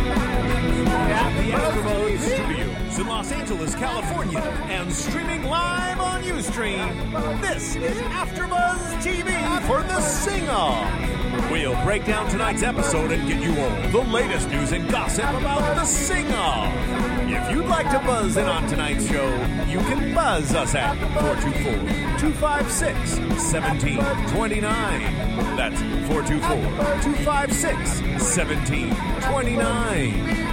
At the AfterBuzz Studios in Los Angeles, California, and streaming live on UStream. This is AfterBuzz TV for the sing-off. We'll break down tonight's episode and get you all the latest news and gossip about the sing-off. If you'd like to buzz in on tonight's show, you can buzz us at 424-256-1729. That's 424-256-1729.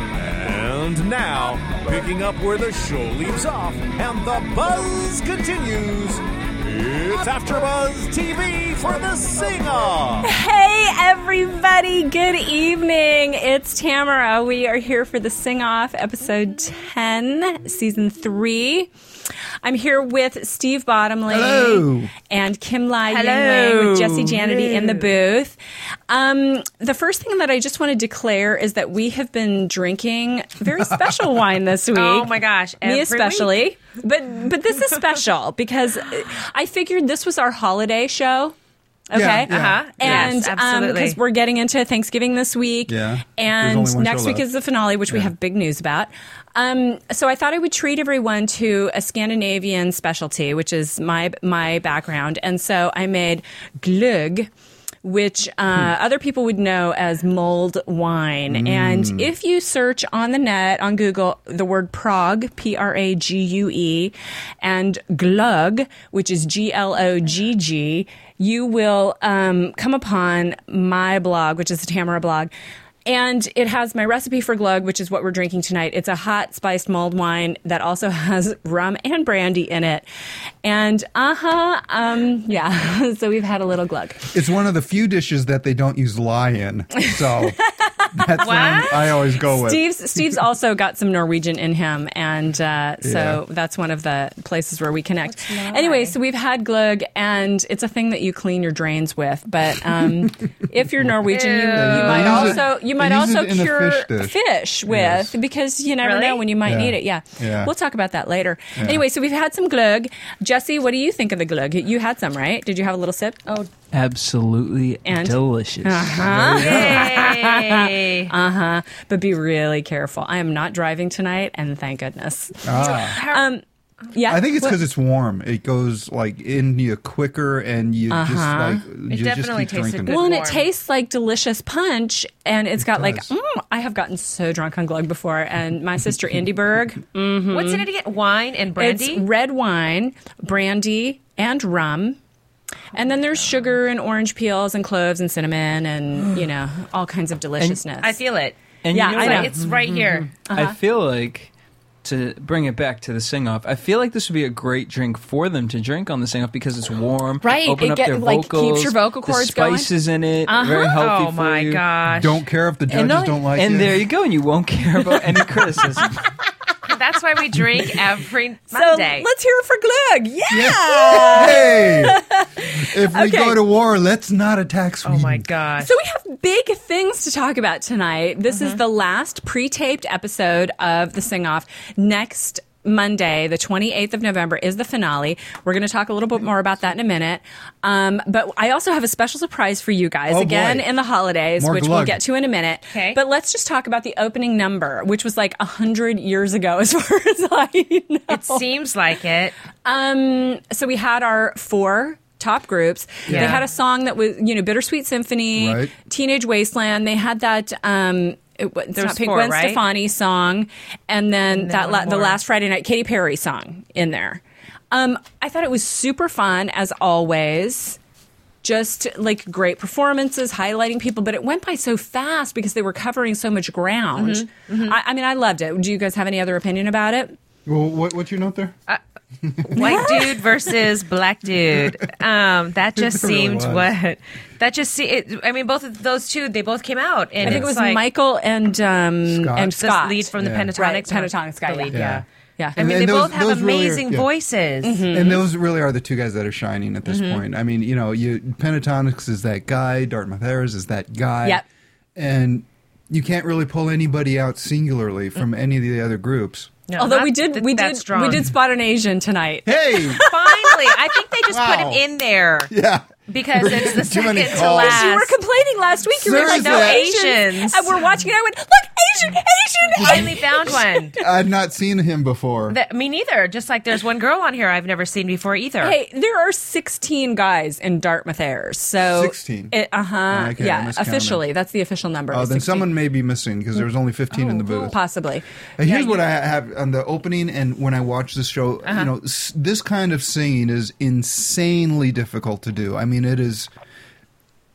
And now, picking up where the show leaves off and the buzz continues, it's AfterBuzz TV for the sing-off. Hey, everybody. Good evening. It's Tamara. We are here for the Sing Off, episode 10, season 3. I'm here with Steve Bottomley and Kim Lai Ying Wei with Jesse Janity in the booth. Um, the first thing that I just want to declare is that we have been drinking very special wine this week. Oh my gosh, Me every especially. But but this is special because I figured this was our holiday show. Okay. yeah. Uh-huh. And Yes, absolutely. because we're getting into Thanksgiving this week, Yeah. and There's only one next show week left. is the finale, which we have big news about. Um, so I thought I would treat everyone to a Scandinavian specialty, which is my my background, and so I made glögg. Which uh, Hmm. other people would know as mulled wine. And if you search on the net, on Google, the word Prague, P R A G U E, and glögg, which is G L O G G, you will um, come upon my blog, which is the Tamara blog. And it has my recipe for glug, which is what we're drinking tonight. It's a hot spiced mulled wine that also has rum and brandy in it. And uh huh, um, yeah. so we've had a little glug. It's one of the few dishes that they don't use lye in. So that's one I always go with. Steve's Steve's also got some Norwegian in him, and uh, so Yeah. that's one of the places where we connect. Anyway, so we've had glug, and it's a thing that you clean your drains with. But um, if you're Norwegian, you, you might I use it- also you might I use also it in a cure fish dish. with Yes. because you never Really? know when you might Yeah. need it. Yeah. Yeah. we'll talk about that later. Yeah. Anyway, so we've had some glug. Jesse, what do you think of the glug? You had some, right? Did you have a little sip? Oh, Absolutely And- Uh-huh. delicious. Yay. but be really careful. I am not driving tonight, and thank goodness. Ah. Um, yeah, I think it's What- because it's warm. It goes like in you quicker, and you just like you just Uh-huh. definitely keep tasted drinking. good. Well, and it warm. tastes like delicious punch, and it's got like, does. mm, I have gotten so drunk on glug before, and my sister Indyberg, mm, What's in it again? Wine and brandy? it's red wine, brandy, and rum. And then there's sugar and orange peels and cloves and cinnamon and, you know, all kinds of deliciousness. I feel it. And Yeah, you know I It's, know. what? uh-huh. like, it's right here. I feel like to bring it back to the sing off, I feel like this would be a great drink for them to drink on the sing off because it's warm. Right, Open it up get- their like, keeps vocals. your vocal cords Uh-huh. the spices in it. Very healthy Oh for my Mm-hmm. you. gosh. Don't care if the judges And, not- don't like and it. there you go, and you won't care about any criticism. That's why we drink every so Monday. let's hear it for glug. Yeah. Hey, if we Okay. go to war, let's not attack oh Sweden. my gosh. So we have big things to talk about tonight. This Mm-hmm. is the last pre-taped episode of the Sing Off. Next Monday, the 28th of November, is the finale. We're going to talk a little bit more about that in a minute. Um, but I also have a special surprise for you guys Oh, again boy. in the holidays, More which we'll glug. get to in a minute. Okay. But let's just talk about the opening number, which was like 100 years ago, as far as I know. it seems like it. Um, so we had our four top groups. They Yeah. had a song that was, you know, Bittersweet Symphony, Right. Teenage Wasteland. They had that. Um, it, wa- it's There not was Pink four, Gwen right? Stefani song, and then that one la- the more. last Friday night Katy Perry song in there. Um, I thought it was super fun as always. Just like great performances, highlighting people, but it went by so fast because they were covering so much ground. Mm-hmm, I, I mean, I loved it. Do you guys have any other opinion about it? Well, what, what's your note there? White dude versus black dude. Um, that just It really seemed was. what. That just see. It, I mean, both of those two. They both came out, and I think it was it's like Michael and um, Scott. and The the Scott. lead from the Yeah. Pentatonics. Right, or- Pentatonics guy, the lead, yeah. yeah. Yeah. I mean, And they those- both have those really are- amazing yeah. voices. And those really are the two guys that are shining at this point. I mean, you know, you Pentatonics is that guy, Dartmouth Harris is that guy. Yep. And you can't really pull anybody out singularly from any of the other groups. No, Although not we did, th- we that did, strong. we did spot an Asian tonight. Hey, Finally, I think they just put Wow. him in there yeah. because it's the Too many second to calls. last. You were complaining last week. You were like, Seriously. no Asians. Asians. And we're watching it. I went, look, Asian, Asian, Asian. Finally found one. I've not seen him before. That, me neither. Just like there's one girl on here I've never seen before either. Hey, there are 16 guys in Dartmouth Airs. So 16? Uh huh. Okay, I yeah, miscounted. officially, that's the official number. Oh, is then 16. someone may be missing because there was only 15 Oh, in the booth. possibly. And here's what I have on the opening and when I watch this show, Uh-huh. you know, s- this kind of singing is insanely difficult to do. I mean, it is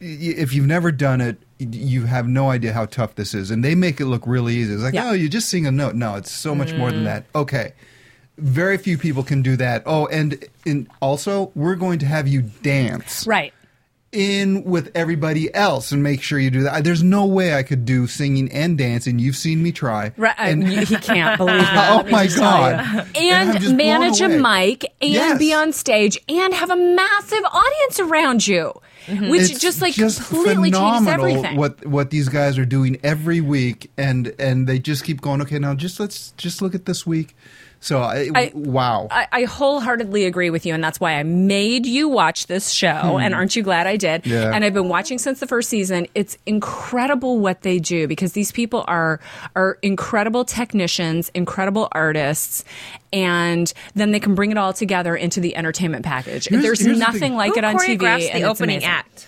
y- if you've never done it, y- you have no idea how tough this is. And they make it look really easy. It's like, Yeah. Mm. "Oh, you just sing a note." No, it's so much more than that. Okay. Very few people can do that. Oh, and and also, we're going to have you dance Right. in with everybody else and make sure you do that. There's no way I could do singing and dancing. You've seen me try. Right. And- uh, he can't believe it. Oh Let me my just tell God. you. And I'm And, just blown manage a away. mic and Yes. be on stage and have a massive audience around you, which Mm-hmm. It's just like just completely changes phenomenal everything. What what these guys are doing every week, and and they just keep going. Okay, now just let's just look at this week. So I, I- wow, I, I wholeheartedly agree with you, and that's why I made you watch this show. And aren't you glad I did? Hmm. Yeah. And I've been watching since the first season. It's incredible what they do because these people are are incredible technicians, incredible artists, and then they can bring it all together into the entertainment package. Here's- There's here's the nothing thing. like Who it on TV. choreographs and the it's opening amazing. act?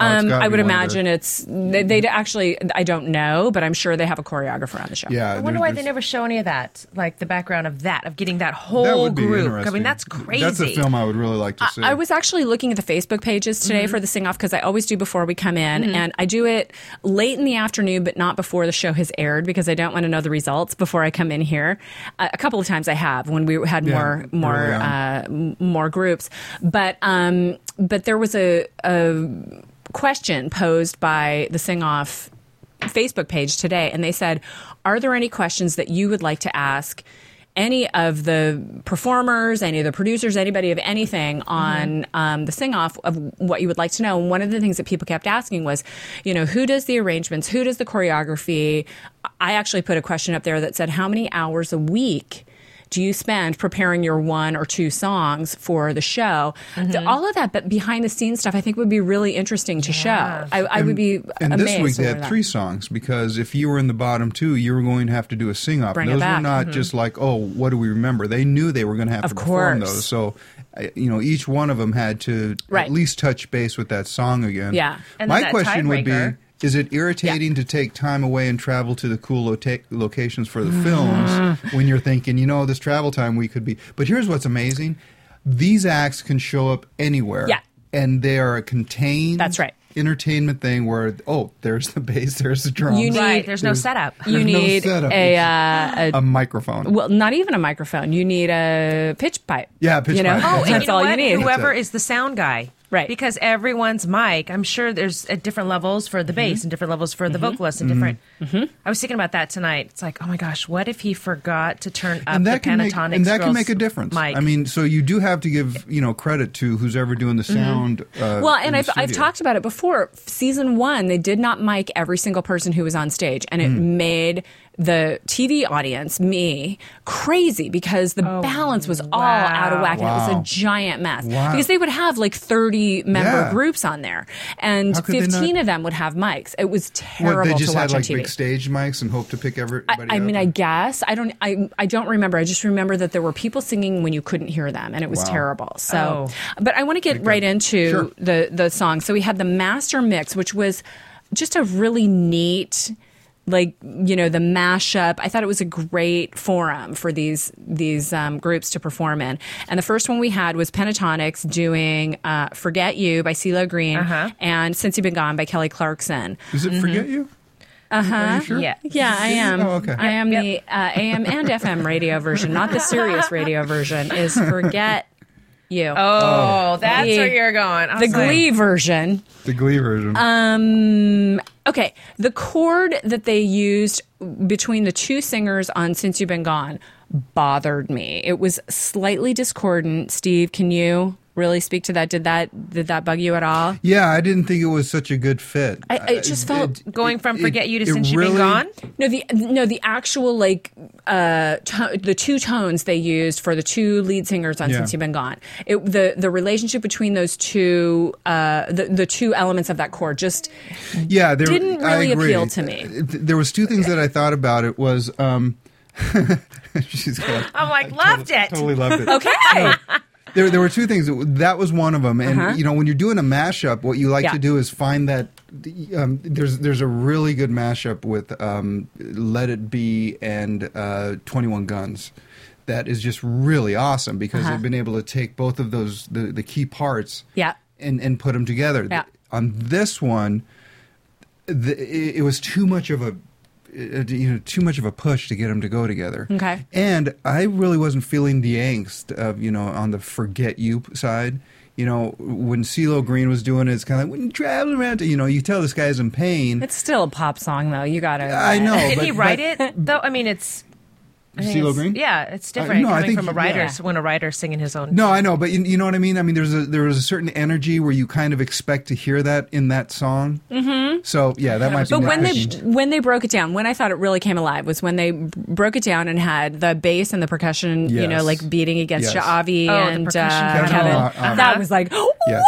Oh, it's Um, gotta I be would one of imagine their- it's they, they actually. I don't know, but I'm sure they have a choreographer on the show. Yeah, I wonder there- why they there's- never show any of that, like the background of that, of getting that whole That would be group. interesting. I mean, that's crazy. That's a film I would really like to see. I was actually looking at the Facebook pages today for the sing off because I always do before we come in, and I do it late in the afternoon, but not before the show has aired because I don't want to know the results before I come in here. Uh, a couple of times I have when we had Yeah, more more early on. uh, m- more groups, but um, but there was a, a question posed by the sing off Facebook page today, and they said, "Are there any questions that you would like to ask?" Any of the performers, any of the producers, anybody of anything on um, the sing off of what you would like to know. And one of the things that people kept asking was, you know, who does the arrangements? Who does the choreography? I actually put a question up there that said, how many hours a week do you spend preparing your one or two songs for the show? The- all of that, but behind the scenes stuff, I think would be really interesting to show. I, I would be and amazed. this week they over had that. three songs because if you were in the bottom two, you were going to have to do a sing up. Bring it Those were back. Mm-hmm. not just like, oh, what do we remember? They knew they were going to have Of to perform course. those. So, I- you know, each one of them had to Right. at least touch base with that song again. Yeah. And My then that question would be. tiebreaker. Is it irritating to take time away and travel to the cool lota- locations for Mm. the films when you're thinking, you know, this travel time we could be? But here's what's amazing: these acts can show up anywhere, Yeah. and they are contained. That's right. Entertainment thing where oh, there's the bass, there's the drums, You need- right. Mm. There's no There's- setup. You There's no need setup. a, uh, a a microphone. well, not even a microphone. You need a pitch pipe. Yeah, a pitch you know? pipe. Oh, That's and that's you know all what? you need. Whoever That's it. is the sound guy. Right. Because everyone's mic, I'm sure there's at different levels for the bass and different levels for the Mm-hmm. vocalist and different. I was thinking about that tonight. It's like, oh my gosh, what if he forgot to turn uh, up and that the can make pentatonic and that can make a difference. Mic. I mean, so you do have to give you know credit to who's ever doing the sound. Uh, Mm-hmm. Well, and in the I've, I've studio. talked about it before. Season one, they did not mic every single person who was on stage, and it Hmm. made the TV audience, me, crazy because the balance was all out of whack, and it was Wow. a giant mess. Wow. Because they would have like 30 member Yeah. groups on there, and How could they not- 15 of them would have mics. It was What, terrible they just to watch had like on TV. big stage mics and hope to pick I, everybody. I up. mean, I guess I don't. I I don't remember. I just remember that there were people singing when you couldn't hear them, and it was Wow. terrible. So, Oh. but I want to get right into Sure. the the song. So we had the master mix, which was just a really neat. Like you know the mashup, I thought it was a great forum for these these um, groups to perform in. And the first one we had was Pentatonics doing uh, "Forget You" by CeeLo Green Uh-huh. and "Since You've Been Gone" by Kelly Clarkson. Is it forget you? Uh huh. Sure? Yeah. Uh-huh. Yeah, I am. Oh, okay. I am the uh, AM and FM radio version, not the serious radio version. Is forget you. oh, that's The- where you're going. I the was like, Glee version. The Glee version. Um, okay, the chord that they used between the two singers on "Since You've Been Gone" bothered me. It was slightly discordant. Steve, can you really speak to that? Did that did that bug you at all? Yeah, I didn't think it was such a good fit. I- I just felt Going from forget you to it since you've been really- gone. No, the no the actual like uh to- the two tones they used for the two lead singers on Yeah. Since You've Been Gone. It the the relationship between those two uh the, the two elements of that chord just yeah, there, didn't I really agree. appeal to me. Uh, th- There was two things that I thought about. It was um, she's going I'm like, loved it. totally loved it. okay. There, there were two things. That was one of them. And you know, when you're doing a mashup, what you like Uh-huh. Yeah. to do is find that. Um, there's there's a really good mashup with um, Let It Be and uh, Twenty One Guns. That is just really awesome because Uh-huh. they've been able to take both of those the, the key parts Yeah. and and put them together. Yeah. On this one, the, it, it was too much of a uh, you know too much of a push to get them to go together. Okay. And I really wasn't feeling the angst of you know on the forget you side. You know when CeeLo Green was doing it, it's kind of like when you travel around. To, you know, you tell this guy's in pain. It's still a pop song though. You got to I know. Did but, he write but- it though? I mean, it's I think CeeLo it's- Green? Uh, Yeah, it's different no, I coming think from a he- writer yeah. so when a writer's singing his own. No, I know, but you, you know what I mean. I mean, there's a there was a certain energy where you kind of expect to hear that in that song. Mm-hmm. So yeah, that might be. But when they nitpicking. when they broke it down, when I thought it really came alive was when they broke it down and had the bass and the percussion, you know, Yes. like beating against Yes. Javi Oh, the and percussion uh, pedal. Kevin. Uh-huh. That was like what? Yes.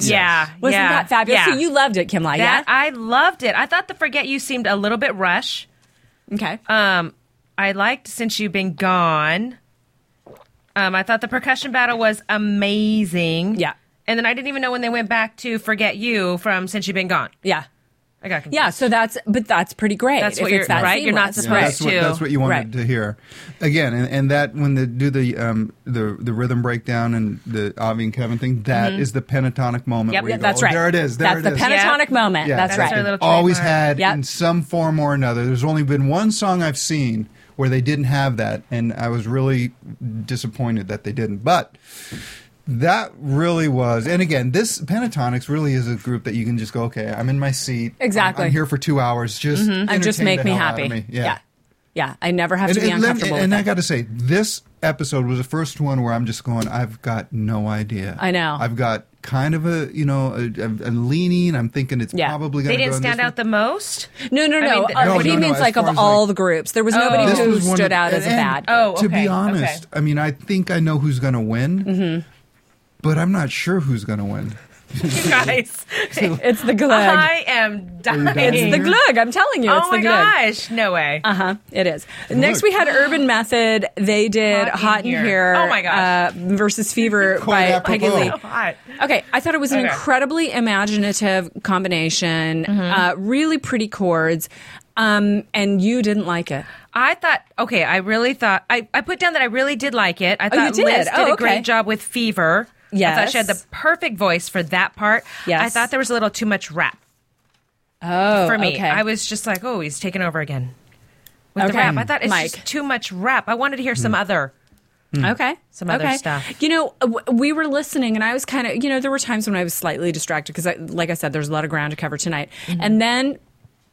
Yeah, Wasn't yeah, that fabulous? Yeah. So you loved it, Kim Lai, yeah? that I loved it. I thought the forget you seemed a little bit rush. okay. Um, I liked since you've been gone. Um, I thought the percussion battle was amazing. Yeah. and then I didn't even know when they went back to forget you from since you've been gone. yeah. I got confused. Yeah, so that's but that's pretty great. That's if what it's you're- that right? You're not seamless. supposed Right. that's what to. that's what you wanted Right. to hear again and, and that when they do the um the the rhythm breakdown and the avi and kevin thing that is the pentatonic moment Yep, where yep, Mm-hmm. you go, That's "Oh, right. there it is there that's it the is." pentatonic Yeah. moment. yeah that's That's our right. little always trademark. had Yep. in some form or another there's only been one song i've seen where they didn't have that and i was really disappointed that they didn't but that really was, and again, this Pentatonics really is a group that you can just go, okay, I'm in my seat, I'm- Exactly. Mm-hmm. I'm, here for two hours, just and just entertain make the me hell out of happy. me. yeah. Yeah, I never have to be and, let- uncomfortable. and with I that. got to say, this episode was the first one where I'm just going, I've got no idea. I know. I've got kind of a, you know, a, a, a leaning. I'm thinking it's Yeah. probably going they to didn't stand out the most. No, no, I no. mean, th- uh, No, what he no, no, means, as like, far of as, all like- the groups, there was nobody This who was one of- stood out as a and- bad. Oh, To okay, be honest, okay. I mean, I think I know who's going to win, Mm-hmm. but I'm not sure who's going to win. You guys, It's the glug. I am dying. dying? It's the glug. I'm telling you, it's oh the my glug. gosh, no way. Uh huh. It is. Next, we had Urban Method. They did Hot, in Here. Oh my gosh. Uh, versus Fever Quite by Peggy apropos. Lee. So hot. Okay, I thought it was an Okay. incredibly imaginative combination. Uh, really pretty chords. Um, and you didn't like it. I thought, okay, I really thought, I, I put down that I really did like it. I thought you did? Liz did Oh, a okay. great job with Fever. I thought Yes. she had the perfect voice for that part. Yes. I thought there was a little too much rap Oh, for me. Okay. I was just like, oh, he's taking over again with Okay. the rap. I thought it's Mike. Hmm. just too much rap. I wanted to hear some other. Okay. Some other Mm. Okay. stuff. You know, uh, w- we were listening, and I was kind of, you know, there were times when I was slightly distracted because, I, like I said, there's a lot of ground to cover tonight. Mm-hmm. And then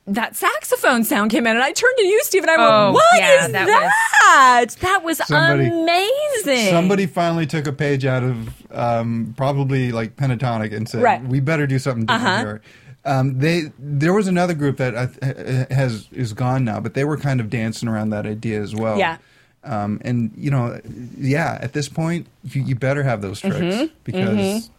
that saxophone sound came in, and I turned to you, Steve, and I Oh, went, "What is yeah, that was- that? that was Somebody- amazing. Somebody finally took a page out of um, probably like Pentatonic and said, Right. "We better do something different Uh-huh. here." Um, they there was another group that I th- has is gone now, but they were kind of dancing around that idea as well. Yeah. Um, and you know, yeah. At this point, you, you better have those tricks Mm-hmm. because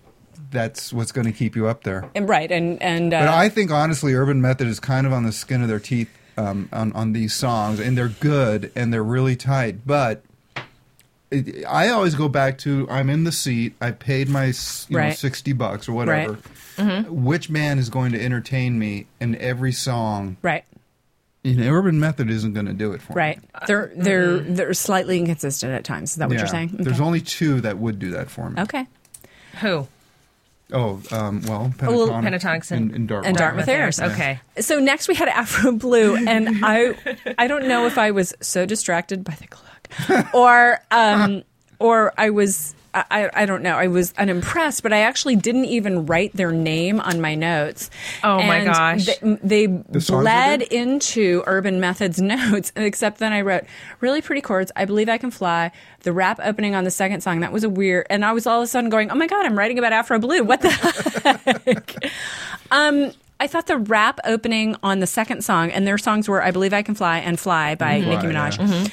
that's what's going to keep you up there. And- right, and and uh, But I think honestly, Urban Method is kind of on the skin of their teeth um, on on these songs, and they're good and they're really tight. But it, I always go back to I'm in the seat. I paid my s- you know Right. sixty bucks or whatever. Right. Mm-hmm. Which band is going to entertain me in every song? right, You know, Urban Method isn't going to do it for me. right, they're they're they're slightly inconsistent at times. Is that what Yeah. you're saying? Okay. There's only two that would do that for me. okay. Who? Oh, um, well, little Pentatonic, Pentatonics and- and Dartmouth. and Dartmouth Air. Dartmouth Airs, okay. So next we had Afro Blue, and I I don't know if I was so distracted by the clock, or um, or I was I, I, I don't know. I was unimpressed, but I actually didn't even write their name on my notes. Oh, my And gosh. They, they songs were bled good? into Urban Methods notes, except then I wrote really pretty chords. I believe I can fly. The rap opening on the second song that was a weird, and I was all of a sudden going, "Oh my god, I'm writing about Afro Blue. What the heck?" um, I thought the rap opening on the second song, and their songs were "I Believe I Can Fly" and "Fly" by Nicki Mm-hmm. Fly, Minaj. Mm-hmm.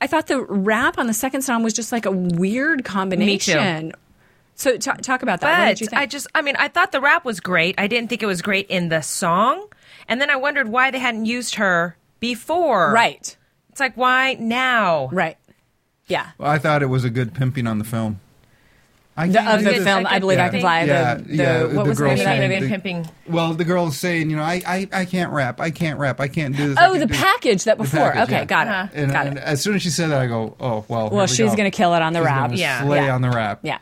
I thought the rap on the second song was just like a weird combination. So ta talk about that. what did But you think? I just, I mean, I thought the rap was great. I didn't think it was great in the song. And then I wondered why they hadn't used her before. right, It's like, why now? right, yeah. I thought it was a good pimping on the film. I The, can't of the do this. film, I believe I can Yeah. fly. Yeah, the, the, yeah, what the was the girl name of that saying movie? Been pimping. Well, the girl's saying, you know, I, I, I can't rap. I can't rap. I can't do this. Oh, I can't the do this." package that before. package, okay, yeah. got it. And, got and it. as soon as she said that, I go, oh, well. Well, she's going gonna kill it on the rap. Yeah. Slay Yeah. on the rap. Yeah.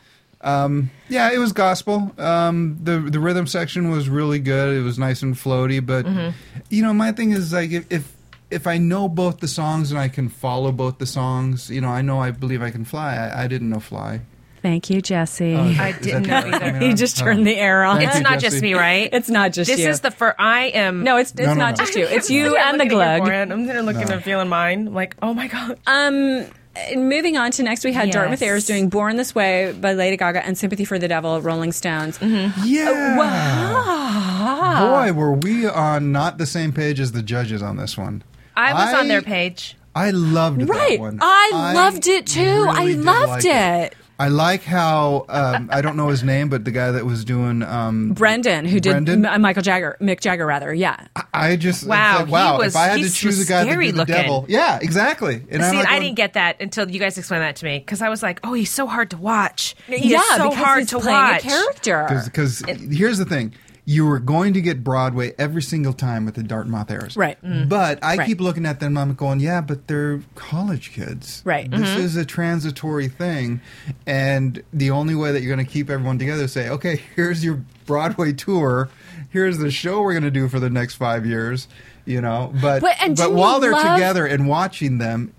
Yeah, it was gospel. Um, the the rhythm section was really good. It was nice and floaty. But Mm-hmm. you know, my thing is like if, if if I know both the songs and I can follow both the songs, you know, I know I believe I can fly. I, I didn't know fly. Thank you, Jesse. Oh, I didn't know either. he just turned the air on. Thank It's you, not Jesse. just me, right? It's not just this you. is the first. I am. no, it's it's no, not no. just you. It's you Yeah, and the looking at your glug. forehead. I'm sitting looking and feeling mine. I'm like, oh my god. Um, and moving on to next, we had Yes. Dartmouth Airs doing "Born This Way" by Lady Gaga and "Sympathy for the Devil" Rolling Stones. Mm-hmm. uh, Yeah. Wow. Boy, were we on not the same page as the judges on this one. I was on their page. I loved Right. that one. I loved it too. I did loved like it. I like how um, I don't know his name, but the guy that was doing um, Brendan, who did Brendan? M- uh, Michael Jagger, Mick Jagger, rather, yeah. I just it's Wow, like, wow. he was- if I had he to choose was a guy that scary did the looking. devil, yeah, exactly. And I'm See, like I going, didn't get that until you guys explained that to me because I was like, oh, he's so hard to watch. He yeah, is so because hard he's to playing watch. a character. because here's the thing. You were going to get Broadway every single time with the Dartmouth Airs. Right. Mm. But I Right. keep looking at them and I'm going, yeah, but they're college kids. Right. Mm-hmm. This is a transitory thing. And the only way that you're going to keep everyone together is say, okay, here's your Broadway tour. Here's the show we're going to do for the next five years, you know. But, But- and but didn't you while they're love- together and watching them,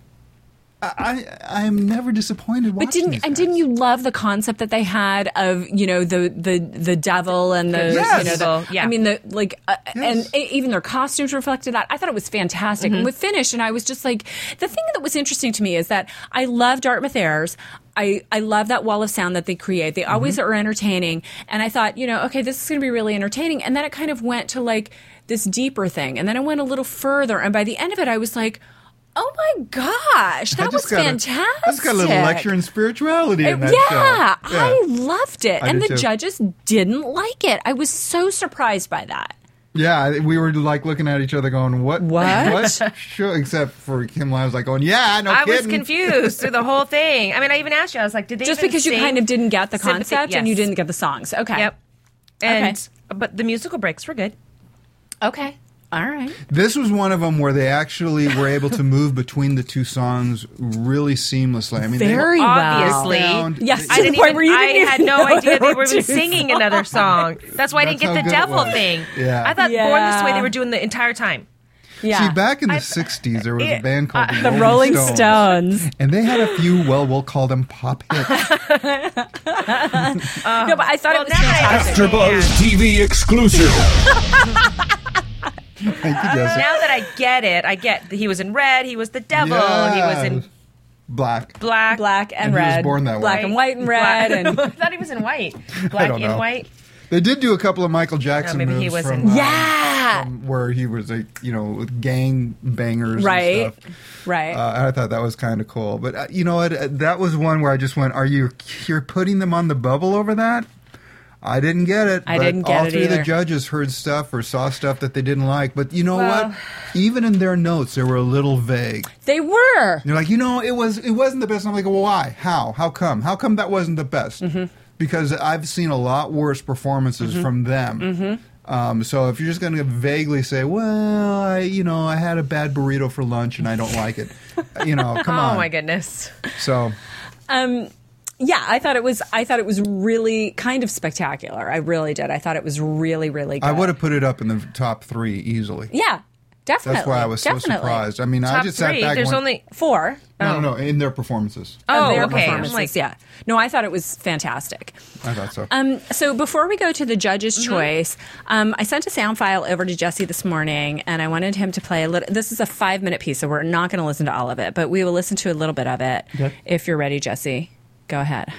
I, I I am never disappointed watching But didn't these and didn't guys. you love the concept that they had of you know the the the devil and the Yes. you know the, Yeah. I mean the like uh, Yes. and e- even their costumes reflected that I thought it was fantastic and with finish and I was just like the thing that was interesting to me is that I love Dartmouth Airs. I, I love that wall of sound that they create. They always Mm-hmm. are entertaining. And I thought, you know, okay, this is going to be really entertaining. And then it kind of went to like this deeper thing. And then it went a little further. And by the end of it, I was like, oh my gosh, I that was just got a- fantastic. I just got a little lecture in spirituality in that yeah, show. I loved it. I and the did too. judges didn't like it. I was so surprised by that. Yeah, we were like looking at each other, going, "What? What? show?" Except for Kim Lai was like, "Going, yeah, no I was kidding." confused through the whole thing. I mean, I even asked you. I was like, did they Just even because you sing kind of didn't get the sympathy? concept and you Yes. didn't get the songs. Okay. Yep. And but the musical breaks were good. Okay. All right. This was one of them where they actually were able to move between the two songs really seamlessly. I mean, they- Very well. Obviously, Sound- Yes, I to I the didn't point even, where you I didn't even had no know idea there they were were two even singing another song. That's why I didn't That's get how the good it devil was. thing. Yeah. I thought Born This Way Yeah. they were doing the entire time. Yeah. uh, see, back in the '60s, there was a it- band called the Rolling Stones. and they had a few. Well, we'll call them pop hits. no, but I thought it was fantastic. Uh, now, I, TV exclusive. Thank you, Jesse. now that I get it, I get that he was in red. He was the devil. Yeah. He was in Black. black. Black and, And he was red. born that way. black and white and red Black. and I thought he was in white. Black don't and know. white. They did do a couple of Michael Jackson maybe he moves was from in- uh, Yeah. from where he was like you know with gang bangers, Right. And stuff. right. Uh, and I thought that was kind of cool. But uh, you know what? Uh, That was one where I just went, "Are you you're putting them on the bubble over that?" I didn't get it. I but didn't get all it three of either. the judges heard stuff or saw stuff that they didn't like. But you know Well- what? Even in their notes, they were a little vague. they were. They're like, you know, it was it wasn't the best. I'm like, well, why? How? How come? How come that wasn't the best? Because I've seen a lot worse performances from them. Um, so if you're just going to vaguely say, well, I, you know, I had a bad burrito for lunch and I don't like it, you know, come on. Oh my goodness. So um yeah i thought it was i thought it was really kind of spectacular i really did i thought it was really really good I would have put it up in the top three easily. yeah Definitely. That's why I was definitely. so surprised. I mean, I Top just sat three. back. and There's went, only Four. no, no, no, in their performances. of oh their okay. I'm performances. like yeah. No, I thought it was fantastic. I thought so. Um, so before we go to the judge's Mm-hmm. choice, um, I sent a sound file over to Jesse this morning, and I wanted him to play a little. This is a five-minute piece, so we're not going to listen to all of it, but we will listen to a little bit of it if you're ready, Jesse. Go ahead.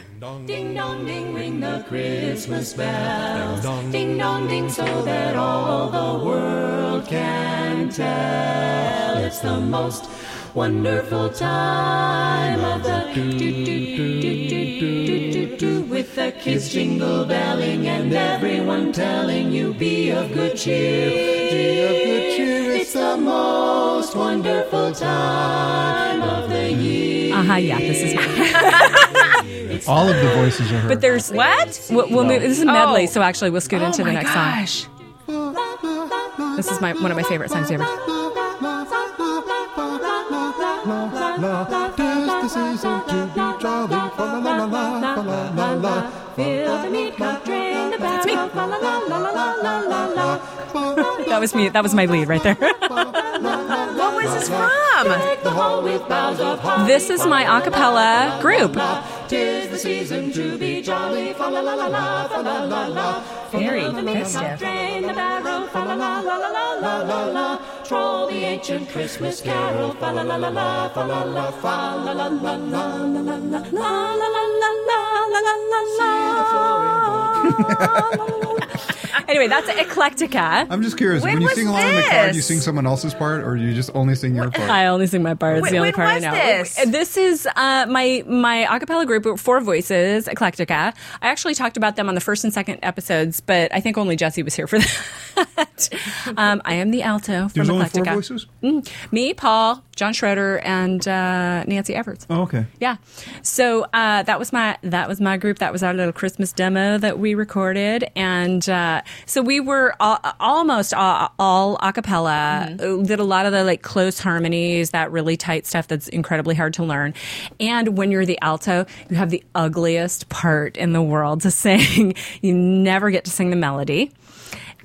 Ding dong ding ring the Christmas bells. Ding dong ding so that all the world can tell. It's the most wonderful time of the do do do do do do do do with the kids jingle belling and everyone telling you be of good cheer. Be of good cheer. It's the most wonderful time of the year. Uh huh. Yeah, this is. Mine. All of the voices are heard. But there's What? We'll, we'll move, this is a medley, Oh. so actually we'll scoot oh into my the next song. gosh. This is my one of my favorite songs ever. Tis the season to be jolly. Fa la la la la, fa la la la. Fill the meat cup, drain the That's me. barrel. La la la la la la la la. That was me. That was my lead right there. What was this from? Deck the hall with boughs of holly. this is my a cappella group. Tis the season to be jolly. Fa la la la la, fa la la la. Very Fill the meat cup, festive. drain the barrel. Fa la la la la la la la la. Troll the ancient Christmas carol. Fa la la la la, fa la la, fa la la la la la la la la la la la la la la. Anyway, that's Eclectica. I'm just curious. When, When you was sing along in the car, do you this? sing someone else's part, or do you just only sing your part? I only sing my part. It's Wait, the only when part was I know. this? This is uh, my my acapella group, Four Voices, Eclectica. I actually talked about them on the first and second episodes, but I think only Jesse was here for that. um, I am the Mm-hmm. alto from There's only Eclectica. four voices. Me, Paul, John Schroeder, and uh, Nancy Everts. Oh, okay. Yeah. So uh, that was my that was my group. That was our little Christmas demo that we recorded, and uh, so we were all, almost all, all a cappella. Uh, Did a lot of the like close harmonies, that really tight stuff that's incredibly hard to learn. And when you're the alto, you have the ugliest part in the world to sing. you never get to sing the melody.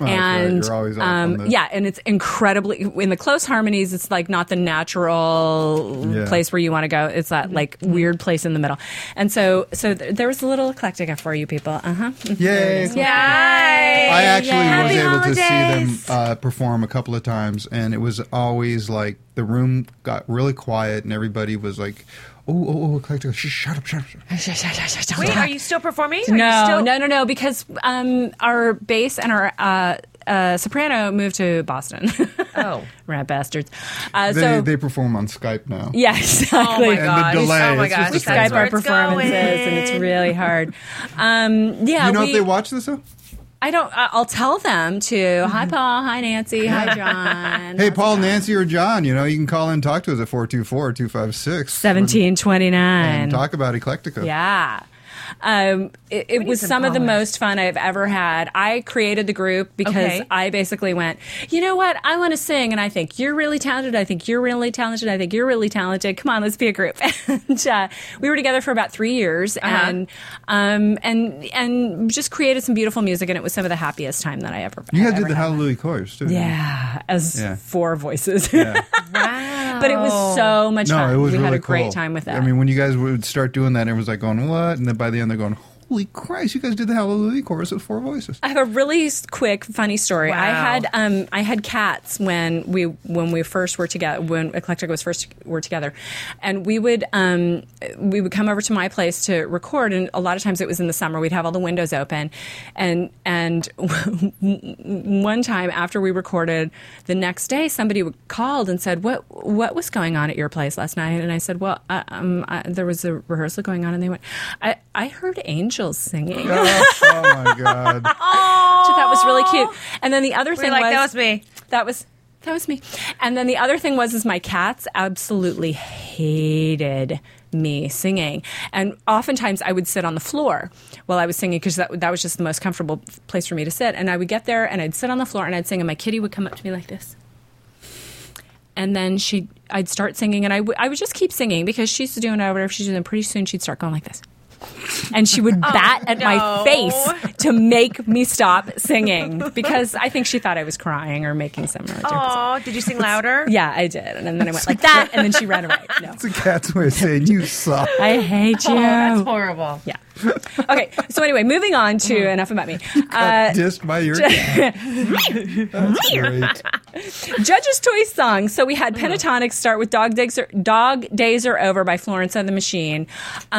that's right. and You're always off on um, the- yeah, and it's incredibly in the close harmonies. It's like not the natural Yeah. Mm-hmm. Mm-hmm. place where you want to go. It's that like weird place in the middle. And so, so th- there was a little eclectica for you people. Uh huh. Yay! Nice. I actually was Happy able to holidays. see them uh, perform a couple of times, and it was always like the room got really quiet, and everybody was like, "Oh, oh, oh, eclectic! Shh, shut up, shut up!" Shut up. Wait, are you still performing? Are you No, still- no, no, no. Because um, our bass and our uh, uh, soprano moved to Boston. Oh. Rat bastards. Uh, They, so they perform on Skype now. yeah, exactly. Oh my the gosh. delay, Oh my it's gosh. just the We that's delay. Skype where our it's performances, and it's going. really hard. Um, yeah, You know we, if they watch this though? I don't. I- I'll tell them to hi Paul, hi Nancy, hi John. Mm-hmm. Hey, Paul, Nancy, or John, you know, you can call in and talk to us at 424-256. Seventeen twenty nine. And talk about Eclectica. Yeah. Um, it it was some some of the callers. most fun I've ever had. I created the group because Okay. I basically went, you know what? I want to sing, and I think you're really talented. I think you're really talented. I think you're really talented. Come on, let's be a group. and uh, we were together for about three years, and um, and and just created some beautiful music, and it was some of the happiest time that I ever. You had guys ever did the had. Hallelujah chorus, too. Yeah, as Yeah. four voices. Wow. but it was so much No, fun. it was we really had a great cool. time with that. I mean, when you guys would start doing that, everyone's like going, what? And then by the end, they're going, holy Christ, you guys did the Hallelujah chorus with four voices. I have a really s- quick, funny story. I Wow. had um, I had cats when we when we first were together when Eclectic was first were together, and we would um, we would come over to my place to record, and a lot of times it was in the summer. We'd have all the windows open, and and one time after we recorded, the next day somebody w- called and said, "What what was going on at your place last night?" And I said, "Well, uh, um, I, there was a rehearsal going on," and they went, "I I heard angels singing." oh, oh, my God. So that was really cute. And then the other We're thing like, was that was me. That was that was me. And then the other thing was is my cats absolutely hated me singing. And oftentimes I would sit on the floor while I was singing because that that was just the most comfortable place for me to sit. And I would get there and I'd sit on the floor and I'd sing and my kitty would come up to me like this and then she I'd start singing and I would I would just keep singing because she's doing whatever she's doing. Pretty soon she'd start going like this. and she would bat at no. my face to make me stop singing because I think she thought I was crying or making some. Oh. Oh, did you sing louder? Yeah, I did, and then I went like that, and then she ran away. No, It's a cat's way of saying you suck. I hate you. Oh, that's horrible. yeah. Okay. So anyway, moving on to enough about me. Uh, Dissed by your cat. That's great. Judge's choice songs. So we had Pentatonic start with "Dog Days Are, Dog Days Are Over" by Florence and the Machine.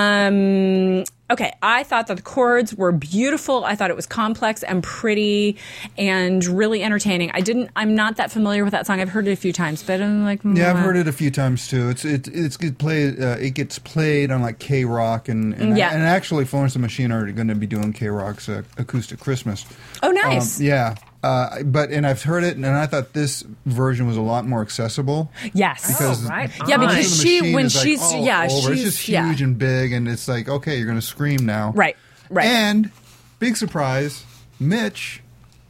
Um, okay, I thought that the chords were beautiful. I thought it was complex and pretty and really entertaining. I didn't. I'm not that familiar with that song. I've heard it a few times, but I'm like, Yeah, I've "Mwah." heard it a few times too. It's it, it's good play. Uh, it gets played on like K Rock and and, Yeah. and actually Florence and the Machine are going to be doing K Rock's uh, acoustic Christmas. Oh, nice. Um, yeah, uh, but and I've heard it, and I thought this version was a lot more accessible. Yes. Because Oh, right Yeah, Florence and because the she- Machine when is, like, she's- all yeah, over. she's- it's just yeah. huge and big, and it's like okay, you're going to scream now, Right, right. And big surprise, Mitch.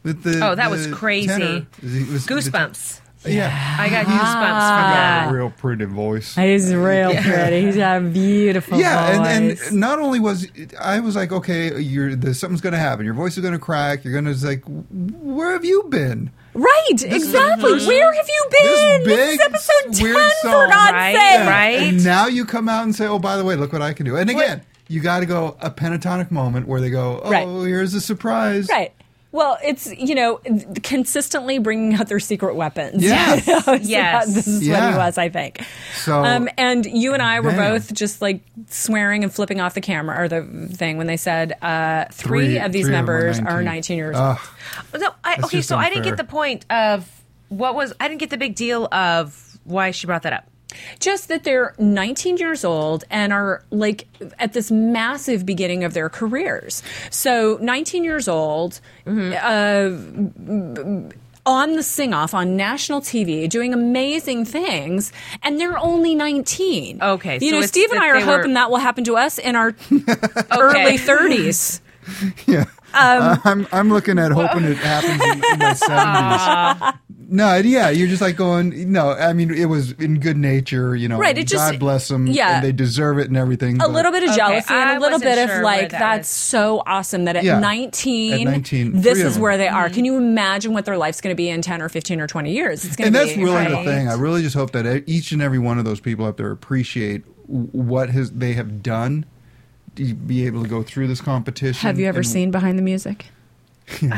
With the, Oh, that was the crazy. tenor, it was- Goosebumps. yeah. I got goosebumps from that. Got a real pretty voice. He's real pretty. He's got a beautiful Yeah, and, voice. and not only was I was like, okay, you're there's something's gonna happen. Your voice is gonna crack. You're gonna it's like, where have you been? right, exactly. Where have you been? This big, is episode weird ten, for song, God's right? sake. Right? And now you come out and say, oh, by the way, look what I can do. And again, you got to go a pentatonic moment where they go, oh, Right. here's a surprise. Right. Well, it's you know consistently bringing out their secret weapons. Yes. You know, it's Yes. about- this is what Yeah. he was, I think. So- um, and you and I were Man. both just like swearing and flipping off the camera or the thing when they said uh, three, Three- of these three of them are members are 19. 19 years old. Ugh. No, I, okay, just so I didn't unfair. get the point of what was. I didn't get the big deal of why she brought that up. Just that they're 19 years old and are like at this massive beginning of their careers. So 19 years old. Uh, on the sing off on national TV doing amazing things, and they're only 19. Okay, You so know, it's Steve and that I are they were- hoping that will happen to us in our Okay. early 30s. Yeah. um, I'm, I'm looking at hoping it happens in, in my 70s. No, yeah, you're just like going, no, I mean, it was in good nature, you know, Right, it just- God bless them, yeah. and they deserve it and everything. A little bit of Okay, jealousy and I a little wasn't bit of sure where like, that that's was. so awesome that at, Yeah. 19, At 19, this three of is them. where they are. Can you imagine what their life's going to be in 10 or 15 or 20 years? It's going and to be. that's really right. the thing. I really just hope that e, each and every one of those people out there appreciate w- what has they have done to be able to go through this competition. Have you ever and- seen Behind the Music? We're all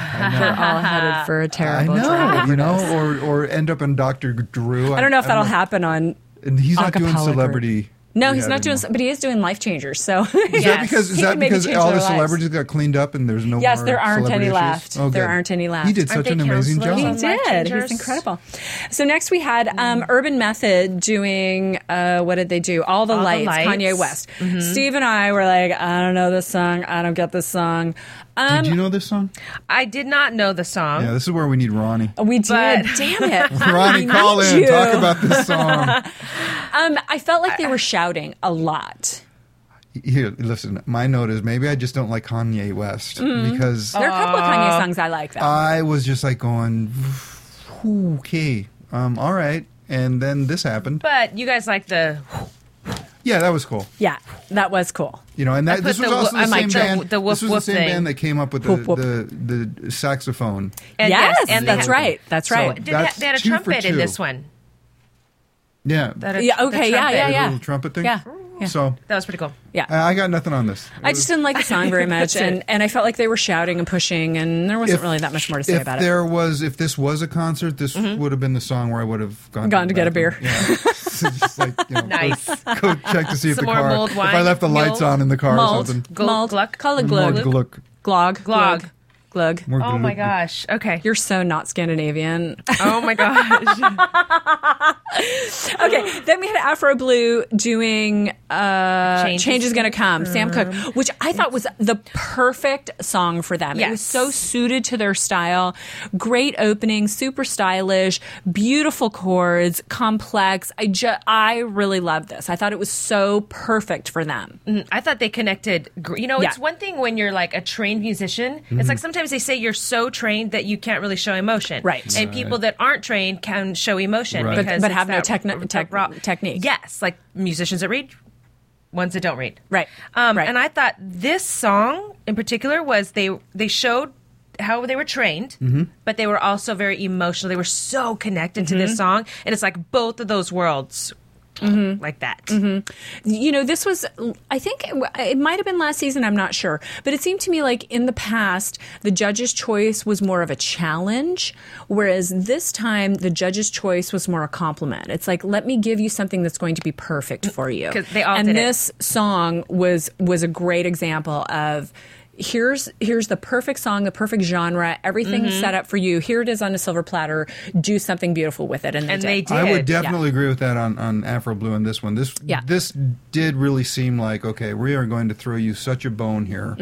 headed for a I terrible know, trip. you know, or or end up in Doctor Drew. I don't know if that'll happen on. And he's not doing acapella group. celebrity. No, yet he's not doing, anymore. but he is doing Life Changers. So Is that because is He that can maybe because change all their the lives. celebrities got cleaned up and there's no Yes, more there aren't celebrity any issues? left. Oh, There good. aren't any left. He did Aren't such they an amazing counselors? job. He He Life did. Changers. He's incredible. So next we had um, Urban Method doing uh, what did they do? All the, All the lights, Lights. Kanye West. Steve and I were like, I don't know this song. I don't get this song. Um, Did you know this song? I did not know the song. Yeah, this is where we need Ronnie. we did. But- Damn it. Ronnie, We call need in. you. Talk about this song. Um, I felt like they were shouting a lot. Here, listen. My note is maybe I just don't like Kanye West Mm-hmm. because There are a couple of Kanye songs I like, though. Uh, I was just like going, okay, um, all right. And then this happened. But you guys like the. Yeah, that was cool. yeah, that was cool. You know, and I that put this was the also wo- the I'm like, same the- band. the woof this was woof the same thing. band that came up with the, Whoop, whoop. the the saxophone. And yes, and they that's had- right. That's So- right. Did ha- That's they had a two for trumpet in two. this one. Yeah, That a- Yeah, the okay, yeah, trumpet. Uh, yeah, the yeah. little trumpet thing. Yeah, yeah. So That was pretty cool. yeah. I I got nothing on this. I just didn't like the song very much, and, and I felt like they were shouting and pushing, and there wasn't really that much more to say if about it. there was, if this was a concert, this Mm-hmm. would have been the song where I would have gone, Gone the to get a bathroom. beer. Yeah. Just like, you know, go- Nice. Go, check to see if Some the more car. mulled if I wine, left the lights mule. on in the car or Mulled, something. Glug, mulled, gluck. call it More glug, gluck. glog, glog, Glug. glug. More Oh my glug. gosh. Okay. You're so not Scandinavian. oh my gosh. okay, then we had Afro Blue doing uh, Change is "Change, is Gonna Come," Sam Cooke, which I thought was the perfect song for them. It Yes. was so suited to their style. Great opening, super stylish, beautiful chords, complex. I ju- I really loved this. I thought it was so perfect for them. I thought they connected. gr- You know, it's Yeah. Mm-hmm. one thing when you're like a trained musician. It's like sometimes they say you're so trained that you can't really show emotion. Right. And people that aren't trained can show emotion Right. But- because but it's have no that techni- r- tech- raw- technique. Yes, like musicians that read ones that don't read. Right. Um, Right. And I thought this song in particular was they they showed how they were trained, Mm-hmm. but they were also very emotional. They were so connected to Mm-hmm. this song, and it's like both of those worlds, Mm-hmm. like that. you know, this was, I think it might have been last season, I'm not sure, but it seemed to me like in the past, the judge's choice was more of a challenge, whereas this time, the judge's choice was more a compliment. It's like, let me give you something that's going to be perfect for you. 'Cause they all and did it. this song was was a great example of here's here's the perfect song the perfect genre everything's Mm-hmm. set up for you here it is on a silver platter do something beautiful with it and they, And they I would did, yeah. definitely agree with that on, on Afro Blue and this one. This Yeah. this did really seem like okay, we are going to throw you such a bone here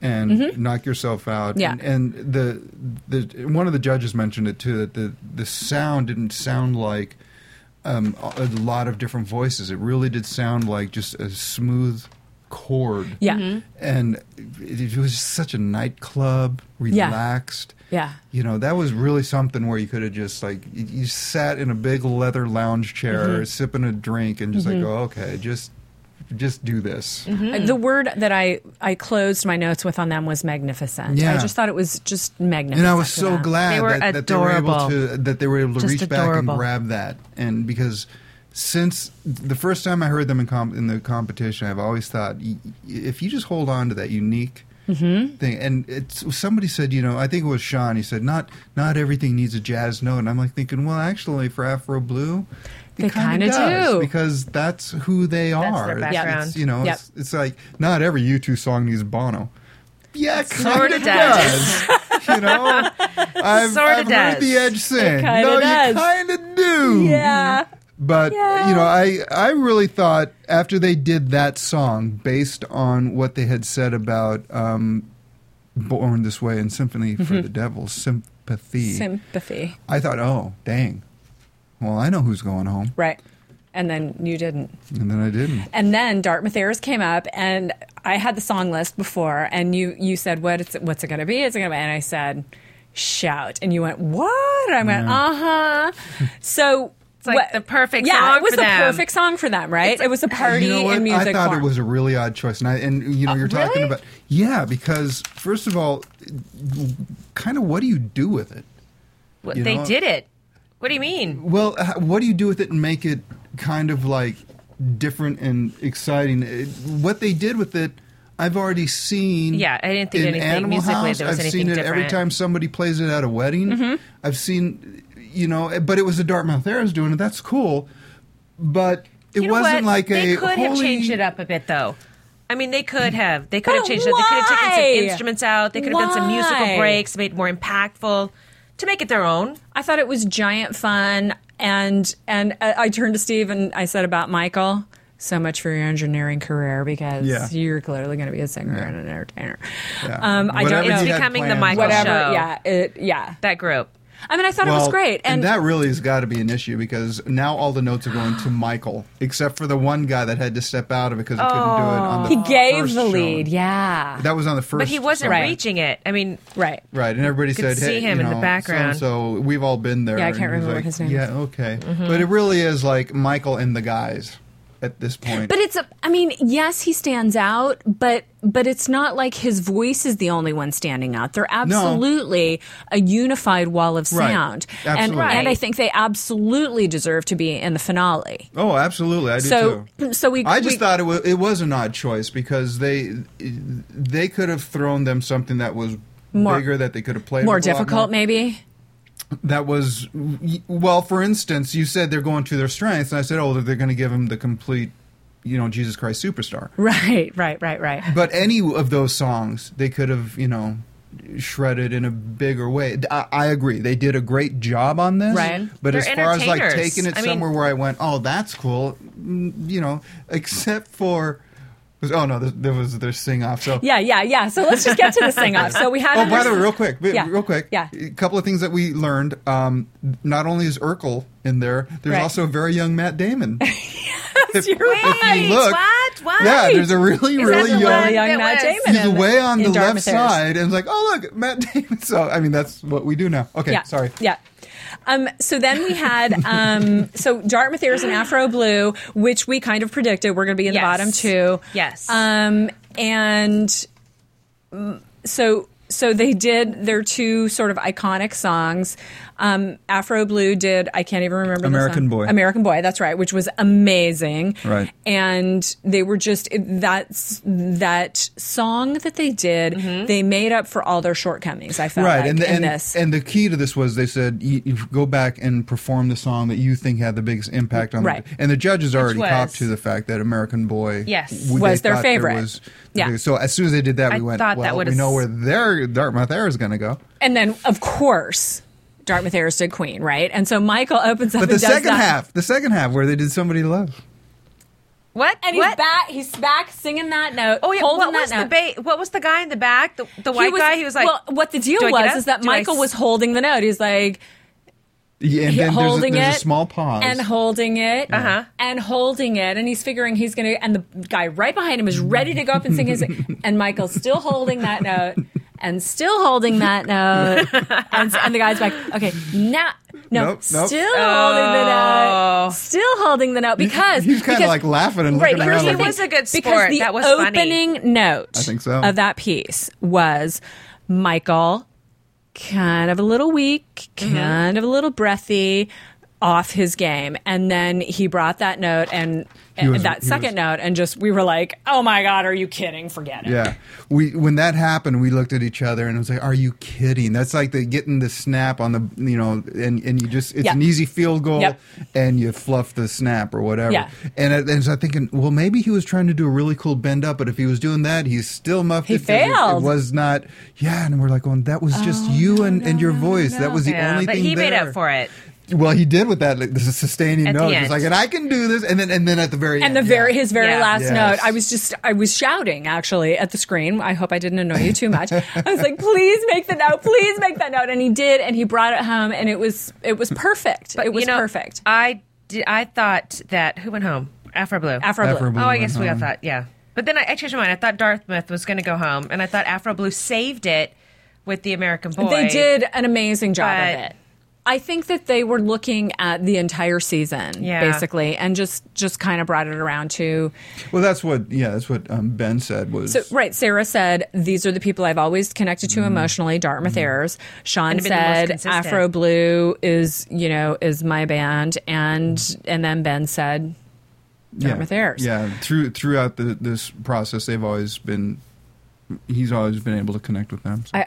and knock yourself out. Yeah. And, and the the one of the judges mentioned it too that the the sound didn't sound like um, a lot of different voices. It really did sound like just a smooth chord. Yeah. Mhm. And it, it was such a nightclub, relaxed. Yeah. You know, that was really something where you could have just like you, you sat in a big leather lounge chair sipping a drink and just like, oh, okay, just just do this. The word that I, I closed my notes with on them was magnificent. I Yeah. just thought it was just magnificent. And I was so them. glad They were that, that they were able adorable. to that they were able to Just reach back and adorable. grab that. And because since the first time I heard them in, com- in the competition, I've always thought y- y- if you just hold on to that unique thing. And it's somebody said, you know, I think it was Sean. He said, not not everything needs a jazz note. And I'm like thinking, well, actually, for Afro Blue. it They kinda kinda does, do. because that's who they are. That's their It's- background. it's, you know, Yep. it's, it's like not every U2 song needs Bono. Yeah, kind sorta of does. you know, I've, Sorta I've heard does. the Edge sing. kinda no, does. you kind of do. Yeah. Mm-hmm. But Yeah. you know, I I really thought after they did that song, based on what they had said about um, "Born This Way" and "Symphony Mm-hmm. for the Devil," sympathy. Sympathy. I thought, oh, dang. Well, I know who's going home, Right. And then you didn't. and then I didn't. And then Dartmouth Airs came up, and I had the song list before, and you, you said, what it's, What's it going to be? It's going to be. And I said, Shout. And you went, What? And I went, Uh huh. So. It's like the perfect yeah, song it was for the them. perfect song for them, right? it was a party You know what? and music. I thought form. it was a really odd choice, and I, and Uh, you know you're talking really? about yeah because first of all, kind of what do you do with it? Well, You they know- did it. What do you mean? Well, h- what do you do with it and make it kind of like different and exciting? It- What they did with it, I've already seen. Yeah, I didn't think in anything Animal musically House. there was I've anything seen it every different. Mm-hmm. time somebody plays it at a wedding. I've seen, you know, eh, but it was the Dartmouth Airs doing it. That's cool, but it You know what? wasn't like they a could have holy- changed it up a bit though. I mean, they could have. They could have Mm. But changed it. They could have taken why? some instruments out. They could have done some musical Why? breaks, made it more impactful, to make it their own. I thought it was giant fun, and and uh, I, I turned to Steve and I said about Michael. So much for your engineering career because Yeah. you're clearly going to be a singer and an entertainer. Yeah. Um, I Whatever don't you know. It's had becoming the planned Michael was- Whatever. show. Yeah. It, yeah. That group. I mean, I thought it was Well, great. And, that really has got to be an issue because now all the notes are going to Michael, except for the one guy that had to step out of it because he couldn't do it on the Oh. he gave first the show. lead. Yeah. That was on the first. But he wasn't song. reaching it. I mean, right. Right, and everybody could said, see "Hey, him you in the know, background. So we've all been there. Yeah, I And can't he's remember like, his name. Mm-hmm. Yeah, okay, but it really is like Michael and the guys at this point. But it's a, I mean, yes, he stands out, but but it's not like his voice is the only one standing out. They're absolutely a unified wall of Right. sound. And Absolutely. and I think they absolutely deserve to be in the finale. oh, absolutely, I do So too. so we I just we- thought it was it was an odd choice because they they could have thrown them something that was More- bigger that they could have played more with a lot difficult maybe. that was well for instance you said they're going to their strengths and i said oh they're going to give them the complete you know jesus christ superstar Right, right, right, right. but any of those songs they could have you know shredded in a bigger way i, I agree they did a great job on this Right. but They're as far as like entertainers. taking it I mean- somewhere where i went oh that's cool mm, you know except for oh no there, there was their sing off so Yeah, yeah, yeah. So let's just get to the sing off. So we had Oh, by the way, real quick, b- Yeah. real quick. Yeah. A couple of things that we learned. Um, not only is Urkel in there, there's Right. also a very young Matt Damon. You're if you right. look, what? What? Yeah, there's a really, Is that really the young. one young that Matt was- Damon. He's in- way on in the left Dartmouth, Ayers. side, and it's like, oh look, Matt Damon. So I mean, that's what we do now. Okay, Yeah. sorry. Yeah. Um, so then we had um, so Dartmouth Airs and Afro Blue, which we kind of predicted we're going to be in Yes. the bottom two. Yes. Um, and mm, so so they did their two sort of iconic songs. Um, Afro Blue did I can't even remember the American song. Boy. American Boy. That's right, which was amazing. Right. And they were just it- that's that song that they did. Mm-hmm. They made up for all their shortcomings. I felt Right, like, and the, in and, this. and the key to this was they said you, you go back and perform the song that you think had the biggest impact on. Right. The, and the judges already was- caught to the fact that American Boy Yes. they Was their thought there favorite. was the Yeah. biggest- So as soon as they did that, we I went. thought that Well, we would've know s- where their Dartmouth Air is going to go. And then, of course, Dartmouth Airs did Queen, right? And so Michael opens up But and the does second that, half, the second half where they did somebody to love. What? and he's what? back. He's back singing that note. Oh yeah. holding What was the that note. ba- What was the guy in the back? The, the white guy. He was like, well, what the deal "Do I get was up? is that Do I Michael s- was holding the note. He's like Yeah, and he- then there's, a, holding there's it a small pause. and holding it Uh-huh. and holding it, and he's figuring he's gonna. And the guy right behind him is ready to go up and sing his, and Michael's still holding that note. And still holding that note, and, and the guy's like, "Okay, now, no, Nope, nope. still holding the note, still holding the note because he was kinda, because- like, laughing and looking here's around the like- thing. He was a good Because sport. the That was funny. opening note, I think so. of that piece was Michael kind of a little weak, Mm-hmm. kind of a little breathy, off his game. And then he brought that note and, He was- and that he second was- note, and just we were like, oh my God, are you kidding? Forget it. Yeah, we when that happened, we looked at each other and it was like, "Are you kidding?" That's like the getting the snap on the you know, and and you just it's Yeah. an easy field goal, Yep. and you fluff the snap or whatever. Yeah. And I- and so I'm thinking, well, maybe he was trying to do a really cool bend up, but if he was doing that, he still muffed. He it 'cause it- It, failed. was not. Yeah, and we're like, going, that was just you and and your voice. That was the Yeah, only but thing. he made there. up for it. Well, he did with that like, the sustaining At the note. It's end. like, and I can do this, and then and then at the very And the end, very yeah. his very Yeah. last Yes. note, I was just I was shouting actually at the screen. I hope I didn't annoy you too much. I was like, please make the note, please make that note, and he did, and he brought it home, and it was it was perfect. it was you know, perfect. I did, I thought that who went home? Afro Blue. Afro, Afro Blue. Blue Oh, I went guess we all home. thought yeah. But then I, I changed my mind. I thought Dartmouth was going to go home, and I thought Afro Blue saved it with the American Boy. They did an amazing job of But- it. I think that they were looking at the entire season, Yeah. basically, and just just kind of brought it around to Well, that's what yeah, that's what um, Ben said was so right. Sarah said these are the people I've always connected to emotionally. Dartmouth Airs. Sean And been the most said consistent. Afro Blue is you know is my band, and and then Ben said Dartmouth yeah. Airs. Yeah, through throughout the, this process, they've always been. He's always been able to connect with them. so.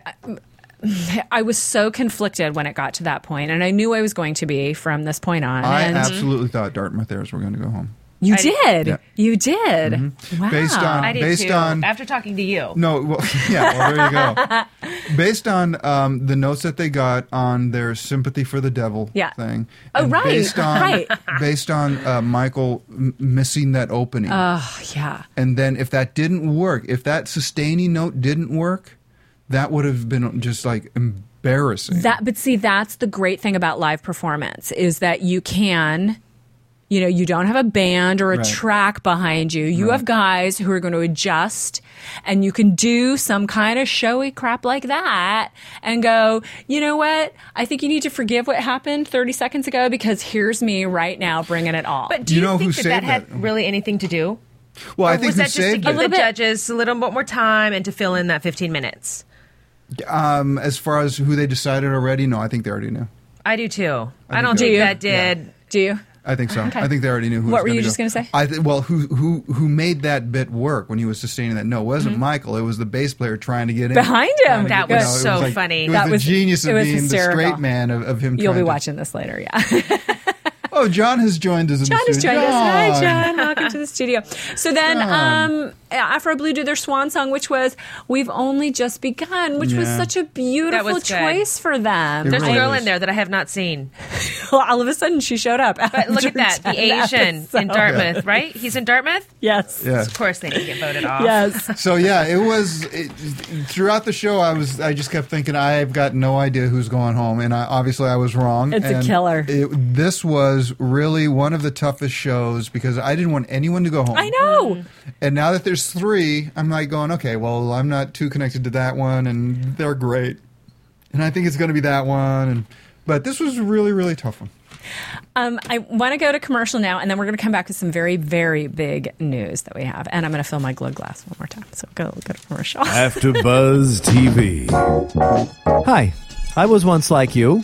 I was so conflicted when it got to that point, and I knew I was going to be from this point on. I and absolutely thought Dartmouth Airs were going to go home. you I- did, Yeah. Mm-hmm. you did. Wow. Based on I did based too. on after talking to you. no, well, yeah, well, there you go. based on um, the notes that they got on their sympathy for the devil Yeah. thing. Oh, and right, Based on right. based on uh, Michael m- missing that opening. Uh. Yeah. And then if that didn't work, if that sustaining note didn't work, that would have been just like embarrassing. That but see that's the great thing about live performance is that you can you know, you don't have a band or a Right. track behind you. You have guys who are going to adjust and you can do some kind of showy crap like that and go, "You know what? I think you need to forgive what happened 30 seconds ago because here's me right now bringing it all." But do You you, know who think that that saved had it? really anything to do? well, I Or think was who that just to saved give it? the bit. judges a little bit more time and to fill in that 15 minutes? Um, as far as who they decided already, no, I think they already knew. I do too. I, think don't they think do. that Yeah. did. do you? I think so. Okay. I think they already knew who. What was were you gonna just go. gonna say? I th- well, who who who made that bit work when he was sustaining that? No, it wasn't Michael. It was the bass player trying to get in Mm-hmm. Behind trying him. to That get- was it so like- funny. It was That the was- genius of it was being the hysterical. straight man of, of him. You'll trying be to- watching this later, yeah. Oh, John has joined us. In John the has studio. joined us. Hi, John. Welcome to the studio. So then, John. um, Afro Blue do their swan song, which was "We've Only Just Begun," which was Yeah. such a beautiful was good. choice for them. There's a really girl is. in there that I have not seen. All of a sudden, she showed up. But look at that. The Asian in Dartmouth, right? He's in Dartmouth? Yes. Yeah. Of course they didn't get voted off. Yes. So yeah, it was it, throughout the show. I was I just kept thinking I've got no idea who's going home, and I, obviously I was wrong. It's a And killer. It, this was really one of the toughest shows because I didn't want anyone to go home. I know. Mm-hmm. And now that there's three, I'm like going, okay, well I'm not too connected to that one, and they're great, and I think it's going to be that one, and but this was a really really tough one. Um, I want to go to commercial now, and then we're going to come back with some very, very big news that we have. And I'm going to fill my glug glass one more time. So go, go to commercial. After Buzz TV. Hi, I was once like you,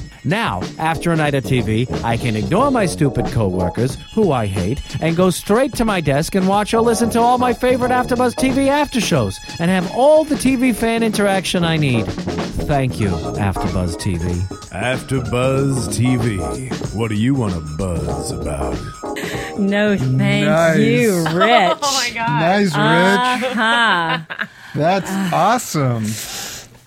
Now, after a night of TV, I can ignore my stupid coworkers, who I hate, and go straight to my desk and watch or listen to all my favorite AfterBuzz TV aftershows and have all the TV fan interaction I need. Thank you, AfterBuzz TV. After Buzz TV. What do you want to buzz about? no, thank Nice. you, Rich. Oh my God. Nice, Rich. Uh-huh. That's awesome.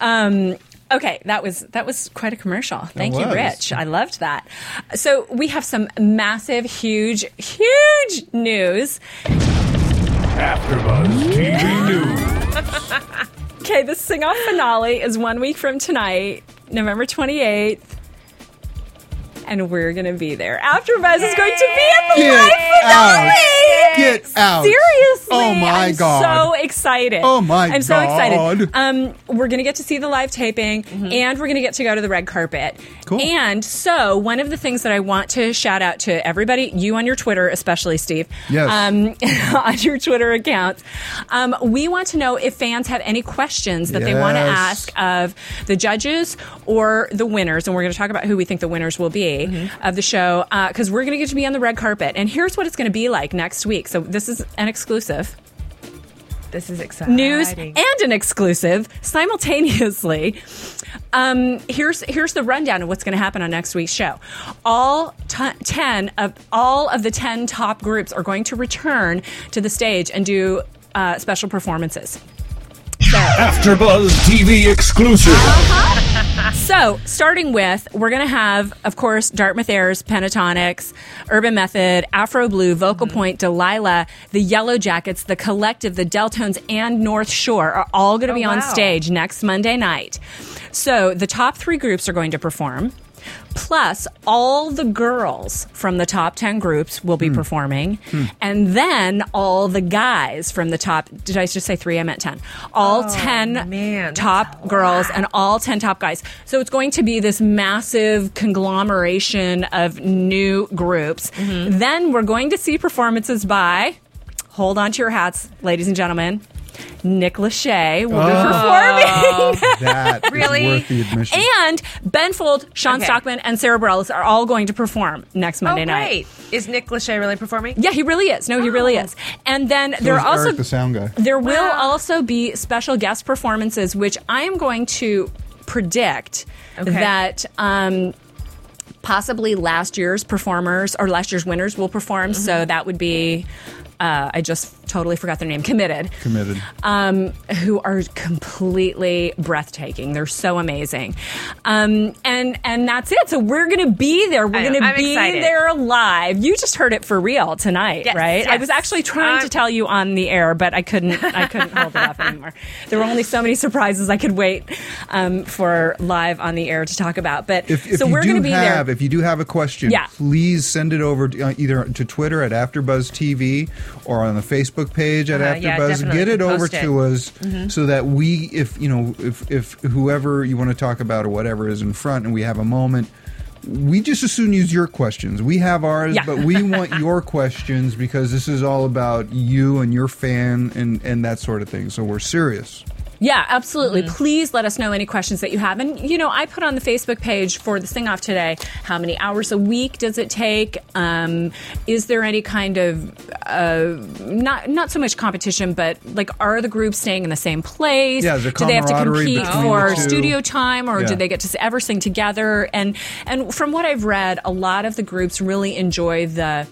Um, okay, that was that was quite a commercial. Thank you, was. Rich. I loved that. So we have some massive, huge, huge news. After Buzz TV News. Okay, the sing off finale is one week from tonight, November 28th. And we're going to be there. AfterBuzz is going to be at the Get live finale. out. Get out. Seriously. Oh my I'm God. so excited. Oh my I'm so excited. God. Mm-hmm. Um, we're going to get to see the live taping and we're going to get to go to the red carpet. Cool. And so, one of the things that I want to shout out to everybody, you on your Twitter, especially Steve, Yes. um, on your Twitter accounts, um, we want to know if fans have any questions that they want to Yes. ask of the judges or the winners. And we're going to talk about who we think the winners will be of the show because we're going to get to be on the red carpet. And here's what it's going to be like next week. So, this is an exclusive This is exciting. news and an exclusive simultaneously. Um, here's here's the rundown of what's going to happen on next week's show. All t- ten of all of the ten top groups are going to return to the stage and do uh, special performances. After Buzz TV exclusive. So, starting with, we're going to have, of course, Dartmouth Airs, Pentatonics, Urban Method, Afro Blue, Vocal Mm-hmm. Point, Delilah, the Yellow Jackets, the Collective, the Deltones, and North Shore are all going to be on Oh, wow. stage next Monday night. So, the top three groups are going to perform. Plus, all the girls from the top 10 groups will be performing. And then all the guys from the top, did I just say three? I meant 10. All 10 Oh, man, that's top girls and all 10 top guys. So it's going to be this massive conglomeration of new groups. Mm-hmm. Then we're going to see performances by, hold on to your hats, ladies and gentlemen. Nick Lachey will Uh. be performing. Ah, That is Really? worth the admission. and Ben Fold, Sean Okay. Stockman, and Sarah Bareilles are all going to perform next Oh, Monday great. Oh. night. Is Nick Lachey really performing? Yeah, he really is. No, he really is. And then there is are also Eric, the sound guy. There will also be special guest performances, which I am going to predict Okay. that. Um, Possibly last year's performers or last year's winners will perform. So that would be, uh, I just totally forgot their name, Committed committed. um, who are completely breathtaking. They're so amazing, um, and and that's it. So we're gonna be there. We're I know. gonna I'm be excited. there live. You just heard it for real tonight, Yes, right? I yes. Um, was actually trying to I'm- tell you on the air, but I couldn't. I couldn't hold it up anymore. There were only so many surprises I could wait um, for live on the air to talk about. But If, if so you we're do gonna be have, there. if you do have a question, Yeah. please send it over to, uh, either to Twitter at AfterBuzz TV or on the Facebook Facebook page at Uh-huh, yeah, AfterBuzz. definitely. Get it over Post it. to us so that we, if you know, if if whoever you want to talk about or whatever is in front, and we have a moment. We just as soon use your questions. We have ours, Yeah. but we want your questions because this is all about you and your fan and, and that sort of thing. So we're serious. Yeah, absolutely. Mm-hmm. Please let us know any questions that you have. And, you know, I put on the Facebook page for the sing off today how many hours a week does it take? Um, is there any kind of, uh, not not so much competition, but like, are the groups staying in the same place? Yeah, is there do they have to camaraderie compete between for the two? studio time or Yeah. do they get to ever sing together? And, and from what I've read, a lot of the groups really enjoy the.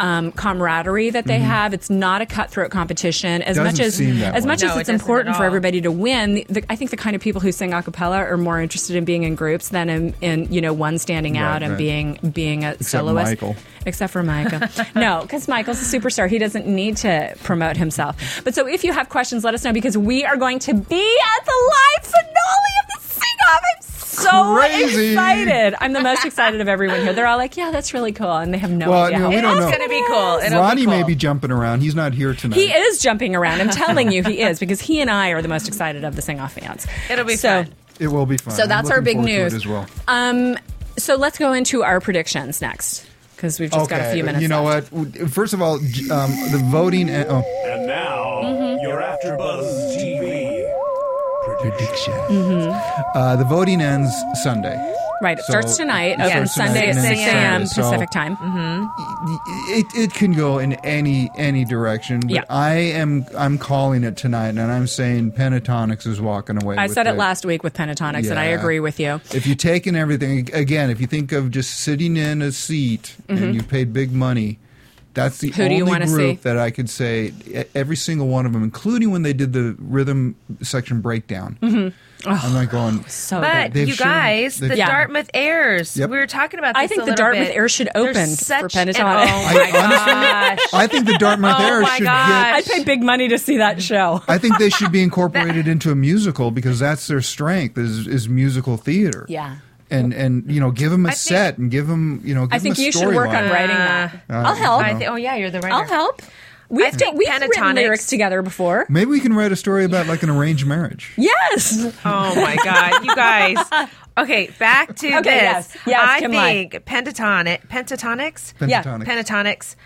Um, camaraderie that they have. It's not a cutthroat competition as Mm-hmm. Doesn't much as seem that as way. much No, as it's it doesn't at important for all. everybody everybody to win. The, the, I think the kind of people who sing a cappella are more interested in being in groups than in, in you know one standing Right, out and right. being being a soloist. Michael. Except for Michael, no, because Michael's a superstar. He doesn't need to promote himself. But so if you have questions, let us know because we are going to be at the live finale of the Sing Off. I'm so Crazy. excited. I'm the most excited of everyone here. They're all like, "Yeah, that's really cool," and they have no Well, idea. you know, how we It's don't know. gonna be cool. It'll be Ronnie may cool. be jumping around. He's not here tonight. He is jumping around. I'm telling you, he is because he and I are the most excited of the Sing Off fans. It'll be so. fun. It will be fun. So I'm that's our looking big forward to it news. as well. Um, so let's go into our predictions next because we've just got a few minutes. You know left. what? First of all, j- um, the voting. and- oh. And now, your AfterBuzz TV prediction. Mm-hmm. Uh, the voting ends Sunday. Right, it So- starts tonight. it Opens starts Sunday tonight at and 6 ends a.m. Saturday. So mm-hmm, Pacific time. It, it can go in any any direction. But Yeah. I am I'm calling it tonight, and I'm saying Pentatonics is walking away. I with said it it last week with Pentatonics, and I Yeah. agree with you. If you take in everything again, if you think of just sitting in a seat and you paid big money, that's the Mm-hmm. Who do only you wanna group see? that I could say e- every single one of them, including when they did the rhythm section breakdown. I'm like going. Mm-hmm. So But They've you shown- guys, they've- the Yeah. Dartmouth Airs. Yep. We were talking about. This I think a the little Dartmouth bit. Air should They're open for such Pentatonic. An, oh I my honestly- gosh! I think the Dartmouth Oh Airs my should gosh. get I paid big money to see that show. I think they should be incorporated into a musical because that's their strength is is musical theater. Yeah. And and you know give them a I think- set and give them you know give I think 'em a you should work on storyline. Uh, writing that. I'll help. I thi- oh yeah, you're the writer. I'll help. We've, done- think we've written Pentatonics- lyrics together before. Maybe we can write a story about like an arranged marriage. Yes. Oh my god, you guys. Okay, back to Okay, this. yes. Yes, I Kim Lai. think pentatonic pentatonics. Yeah. Pentatonic. Pentatonics.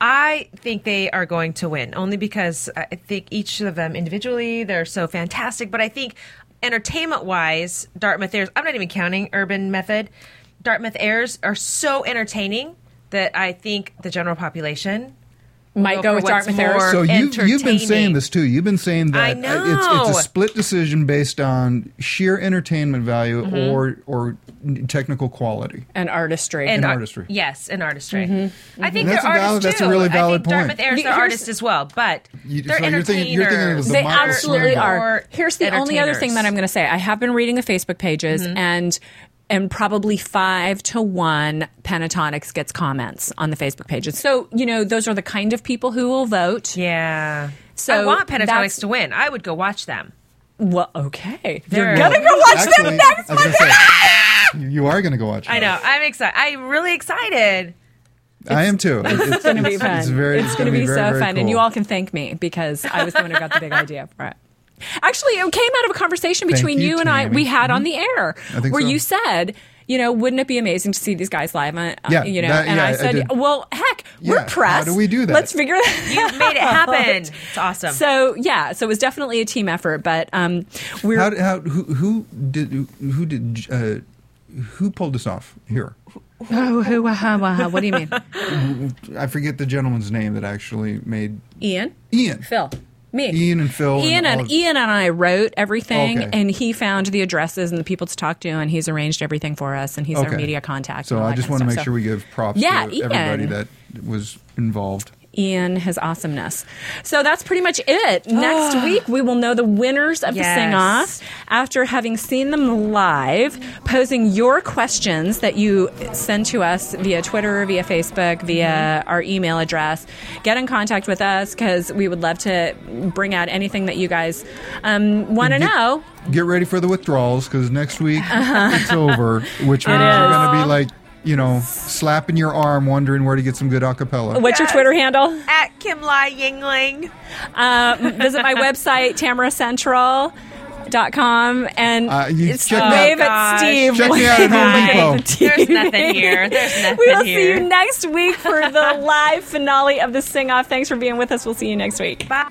I think they are going to win only because I think each of them individually they're so fantastic. But I think entertainment wise, Dartmouth Airs. I'm not even counting Urban Method. Dartmouth Airs are so entertaining that I think the general population Might Go go for with what's Dartmouth Air. more- So you've you've been entertaining. saying this too. You've been saying that I uh, It's, it's know. a split decision based on sheer entertainment value Mm-hmm. or or technical quality. and artistry. and In ar- artistry. Yes, in artistry. I think That's they're a valid- artists that's a too. I really valid think point. Dartmouth Airs Mm-hmm. You- are here's- artists as well, but You- they're so you're thinking- you're thinking of entertainers. the they Michael absolutely Snow. are. Here's the only other thing that I'm Entertainers. going to say. I have been reading the Facebook pages and and probably five to one pentatonics gets comments on the facebook pages so you know those are the kind of people who will vote Yeah. So So I want that's- Pentatonics to win. I would go watch them. well okay They're- you're gonna go watch them next I was gonna say, you- you are going to go watch. I know. those. I'm excited. I'm really excited. I am too. It's, it's gonna be fun It's, very, it's, gonna going be to very, so very fun and you cool. all can thank me because i was the one who got the big idea for it actually it came out of a conversation Thank between you, you, and i Tammy. Mm-hmm. we had on the air I think where so. you said you know, wouldn't it be amazing to see these guys live? On, uh, Yeah, you know, that- and yeah, I I said, did. well, heck, Yeah, we're how press. do we do that? Let's figure that. You made it happen. out. It's awesome. So yeah, so it was definitely a team effort, but um, we're How, how who who did who did uh, who pulled this off here? oh, who, wah, ha, wah, ha. what do you mean, I forget the gentleman's name that actually made Ian? Ian. Phil, me, Ian and Phil. Ian all and of- Ian and I wrote everything, Okay. and he found the addresses and the people to talk to, and he's arranged everything for us, and he's our Okay. media contact. So and all Oh, I that just kind of want to stuff. make sure we give props Yeah, to everybody Ian. that was involved. So Ian his awesomeness. So that's pretty much it. Next week we will know the winners of Ah. Yes. the sing off after having seen them live, posing your questions that you send to us via Twitter, via Facebook, via Mm-hmm. our email address. Get in contact with us because we would love to bring out anything that you guys um, want to Mm-hmm. Get- know. Uh-huh. Get ready for the withdrawals because next week it's over, which means you're going to be like, you know, slapping your arm, wondering where to get some good acapella. What's your Yes. Twitter handle? At Kim Lai Yingling. Uh, visit my website, tamaracentral.com, and Uh, you it's check me wave at out- gosh. Steve. Check me out at Home Wave at There's TV. nothing here. There's nothing We will see here. you next week for the live finale of the sing off. Thanks for being with us. We'll see you next week. Bye.